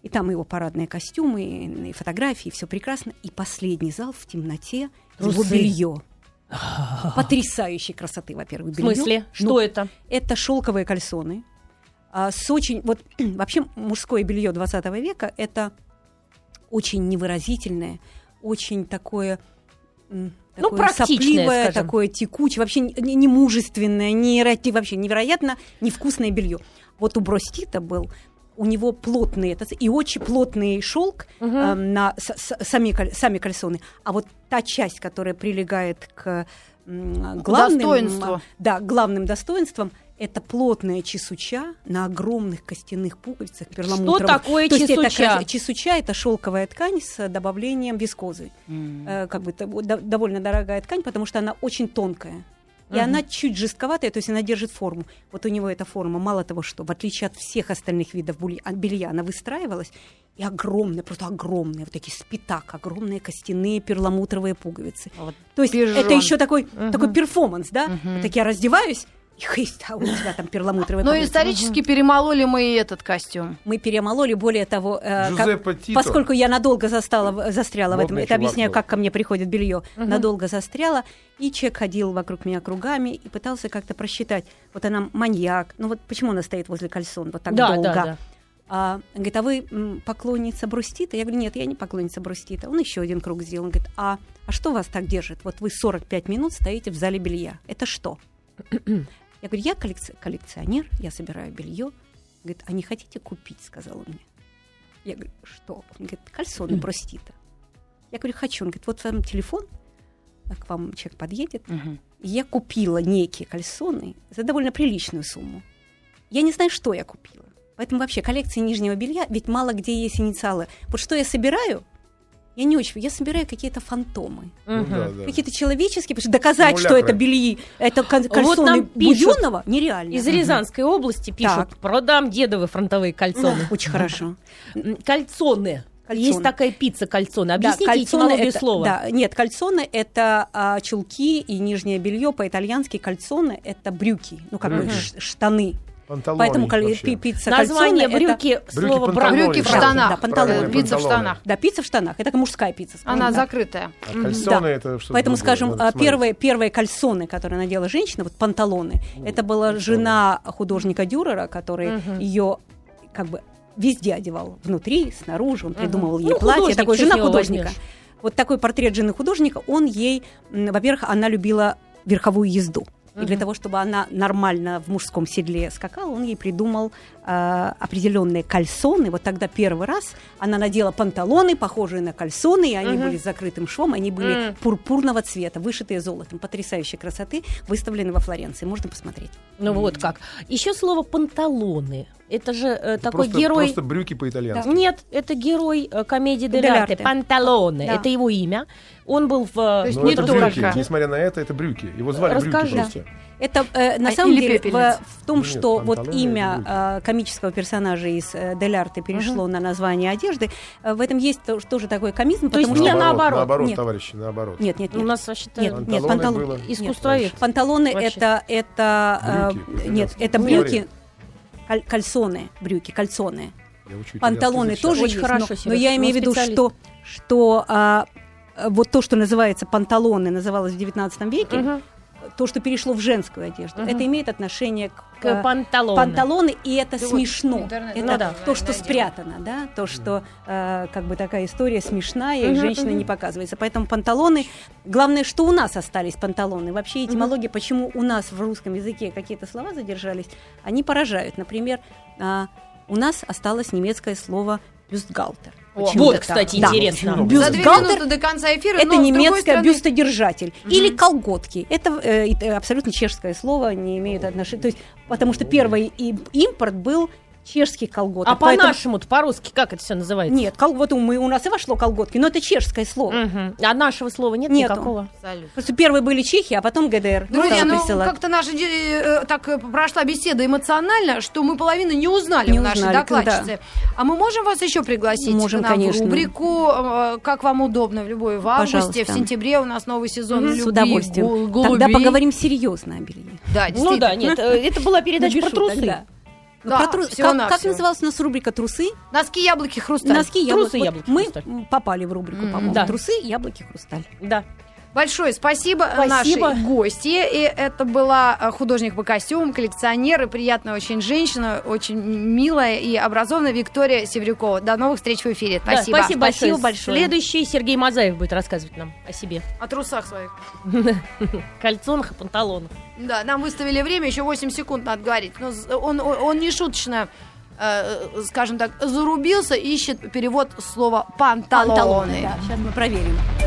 E: И там его парадные костюмы, и, и фотографии, все прекрасно. И последний зал в темноте, его
C: Трусы.
E: белье. Потрясающей красоты, во-первых,
C: В
E: бельё.
C: смысле? Что
E: Ну,
C: это?
E: это шелковые кальсоны. А, С очень, вот вообще мужское белье 20 века это очень невыразительное, очень такое, м,
C: Ну,
E: такое
C: практичное,
E: сопливое,
C: скажем.
E: такое текучее, вообще не, не мужественное, не, эроти- вообще невероятно невкусное белье. Вот у Бростита был, у него плотный этот, и очень плотный шелк
C: Мгм.
E: эм, на с- с- сами, каль- сами кальсоны. А вот та часть, которая прилегает к м, главным,
D: достоинству.
E: м, да, главным достоинством, это плотная чесуча на огромных костяных пуговицах перламутровых.
C: такое
E: То есть это
C: чесуча?
E: крас- чесуча это шелковая ткань с добавлением вискозы. Э, как бы это вот до- довольно дорогая ткань, потому что она очень тонкая. И
C: Мгм.
E: она чуть жестковатая, то есть она держит форму. Вот у него эта форма, мало того, что в отличие от всех остальных видов буль- а, белья, она выстраивалась, и огромные, просто огромные, вот такие спитак, огромные костяные перламутровые пуговицы.
D: Вот
E: то есть это
D: пижон.
E: еще такой,
C: Мгм.
E: такой перформанс, да? Вот так я раздеваюсь, и хейст, а у тебя там перламутровые
D: Но
E: пуговицы.
D: исторически перемололи мы и этот костюм.
E: Мы перемололи, более того, э, как-
F: Джузеппе Тито.
E: поскольку я надолго застала, в- застряла в этом,
F: Модный
E: это
F: чувак
E: объясняю,
F: был.
E: как ко мне приходит белье, надолго застряла, и человек ходил вокруг меня кругами и пытался как-то просчитать, вот она маньяк, ну вот почему она стоит возле кальсон вот так
C: да,
E: долго?
C: да, да.
E: А, он говорит, а вы м, поклонница Брустита? Я говорю, нет, я не поклонница Брустита. Он еще один круг сделал. Он говорит, а, а что вас так держит? Вот вы 45 минут стоите в зале белья. Это что? Я говорю, я коллекци- коллекционер, я собираю белье. Говорит, а не хотите купить, сказал он мне. Я говорю, что? Он говорит, кальсоны Брустита. Я говорю, хочу. Он говорит, вот вам телефон, а к вам человек подъедет. И Я купила некие кальсоны за довольно приличную сумму. Я не знаю, что я купила. Поэтому вообще коллекции нижнего белья, ведь мало где есть инициалы. Вот что я собираю, я не очень. Я собираю какие-то фантомы,
F: Ну
C: Мгм.
F: да, да.
E: какие-то человеческие. Потому что доказать,
F: Симулякры.
E: что это бельи, это кон- кальсоны
C: нам пишут.
E: Буденного, нереально.
C: Из Рязанской области пишут,
E: Так.
C: продам дедовы фронтовые кальсоны.
E: Очень хорошо.
C: М, Кальцоны.
E: Кальцоны.
C: Есть такая пицца кальцоны.
E: Да,
C: Объясните
E: кальсоны
C: этимологию
E: это-
C: слова.
E: Да, нет, кальсоны это а, чулки и нижнее белье. По-итальянски кальсоны это брюки, ну как бы
F: Мгм.
E: ш- штаны.
F: Панталоны
E: Поэтому каль-
F: вообще.
E: пи- пицца
C: Название
E: кальсоны это-
C: брюки, слово
F: панталоны,
C: брак.
D: Брюки в
E: правильно,
D: штанах.
E: да, панталоны.
D: Э, Пицца в
F: Панталоны.
D: штанах.
E: Да, пицца в штанах. Это мужская пицца. скажем
D: Она
E: так.
D: закрытая.
F: А кальсоны
E: Да.
F: это что
E: Поэтому, скажем, а,
F: первое.
E: первые, первые кальсоны, которые надела женщина, вот панталоны, это была жена художника Дюрера, который
C: Мгм.
E: ее как бы везде одевал, внутри, снаружи, он придумывал ей
C: Ну,
E: платье,
C: художник,
E: такой
C: чё с
E: жена
C: него
E: художника.
C: возьмешь?
E: Вот такой портрет жены художника, он ей, м, во-первых, она любила верховую езду. И для
C: Мгм.
E: того, чтобы она нормально в мужском седле скакала, он ей придумал э, определенные кальсоны. Вот тогда первый раз она надела панталоны, похожие на кальсоны, и они
C: Мгм.
E: были с закрытым швом, они были
C: М.
E: пурпурного цвета, вышитые золотом, потрясающей красоты, выставлены во Флоренции. Можно посмотреть.
C: Ну вот как. Еще слово панталоны. Это же э,
E: Ну,
C: такой
F: просто,
C: герой.
F: Просто брюки по-итальянски.
C: Нет, это герой э, комедии Дель
E: Дель
C: Арте.
E: Арте.
C: Панталоне.
E: Да.
C: Это его имя. Он был в... э,
D: есть
F: Но
D: не
F: Ну, это
D: только.
F: брюки. Несмотря на это, это брюки. Его звали
C: Расскажи.
F: брюки просто.
E: Это э, на
D: А,
E: самом
D: или
E: деле в,
D: пепельница?
E: в том,
F: Нет,
E: что вот
F: панталоны
E: имя
F: или
E: э, комического персонажа из э, Дель Арте перешло на название одежды. Э, в этом есть то- тоже такой комизм,
C: То есть
E: потому
C: не
E: что
C: наоборот.
F: Наоборот,
E: Нет.
F: товарищи, наоборот.
E: нет, нет,
C: У
E: нет.
C: нас э, вообще-то
E: Нет,
F: Панталоны
E: нет, панталон-
F: было.
C: искусствовед.
E: Панталоны
C: Вообще.
E: это это э,
F: Брюки,
E: нет,
F: прекрасно.
E: это
F: Ну,
E: брюки, каль- кальсоны, брюки, кальсоны.
F: Я учу
E: Панталоны
F: итальянский язык
E: тоже
C: Очень
E: есть,
C: хорошо,
E: но- но,
C: Серёж,
E: я
C: ну,
E: имею в виду,
C: специалист.
E: что что а, э, вот то, что называется панталоны, называлось в 19 веке, то, что перешло в женскую одежду,
C: Мгм.
E: это имеет отношение к,
C: К
E: э,
C: панталону.
E: панталоны, и это
D: Да вот
E: смешно.
D: интернет,
E: это
C: ну да.
E: то, что
D: Найдём.
E: спрятано, да, то, что э, как бы такая история смешная, и
C: Мгм,
E: женщина не показывается. Поэтому панталоны. Главное, что у нас остались панталоны. Вообще этимология, почему у нас в русском языке какие-то слова задержались, они поражают. Например, а, у нас осталось немецкое слово бюстгальтер.
C: О,
E: Почему-то
C: Вот,
E: так.
C: кстати,
E: Да.
C: интересно.
E: Бюст-
D: За две
E: Галтер-
D: минуты до конца эфира.
E: Это
D: но, с другой
E: немецкое
D: стороны,
E: бюстодержатель. Или колготки. Это э, и- э, абсолютно чешское слово, не имеет отношения. То есть, потому что первый и- импорт был чешских колготок.
C: А
E: Поэтому-
C: по-нашему-то, по-русски, как это все называется?
E: Нет, кол- вот у, мы, у нас и вошло колготки, но это чешское слово.
C: Мгм. А нашего слова нет
E: Нету.
C: никакого?
E: Просто первые были чехи, а потом ГДР.
D: Друзья,
E: стала
D: ну
E: присылать.
D: как-то наша де- э, так э, прошла беседа эмоционально, что мы половину не узнали
E: Не
D: в нашей
E: узнали,
D: докладчице. А мы можем вас еще пригласить
E: Можем,
D: к нам
E: конечно.
D: в рубрику, э, как вам удобно, в любой в августе,
E: Пожалуйста.
D: в сентябре у нас новый сезон
E: С
D: любви,
E: удовольствием.
D: гол-
E: Тогда
D: голубей.
E: поговорим серьезно о белье.
D: Да,
C: Ну
D: действительно.
C: да, нет, э, это была передача про
E: Напишу
C: трусы.
E: тогда. Ну,
D: Да,
E: про трус- как, как
D: всего-навсего.
E: называлась у нас рубрика трусы?
D: Носки, яблоки, хрусталь.
E: Носки,
C: Трусы,
E: Вот
C: яблоки,
E: Мы
C: хрусталь.
E: м, попали в рубрику,
D: М,
E: по-моему.
C: да.
E: Трусы, яблоки, хрусталь.
C: Да.
D: Большое спасибо, э,
C: Спасибо.
D: нашей гости. И это была э, художник по костюмам, коллекционер и приятная очень женщина, очень милая и образованная Виктория Севрюкова. До новых встреч в эфире.
C: Да,
D: Спасибо.
C: спасибо большое.
E: Спасибо большое.
C: Следующий Сергей Мазаев будет рассказывать нам о себе.
D: О трусах своих.
C: Кольцонах и панталонах.
D: Да, нам выставили время, еще 8 секунд надо говорить. Но з- он, он, он не шуточно, э, скажем так, зарубился, ищет перевод слова «панталоны».
E: Сейчас мы проверим.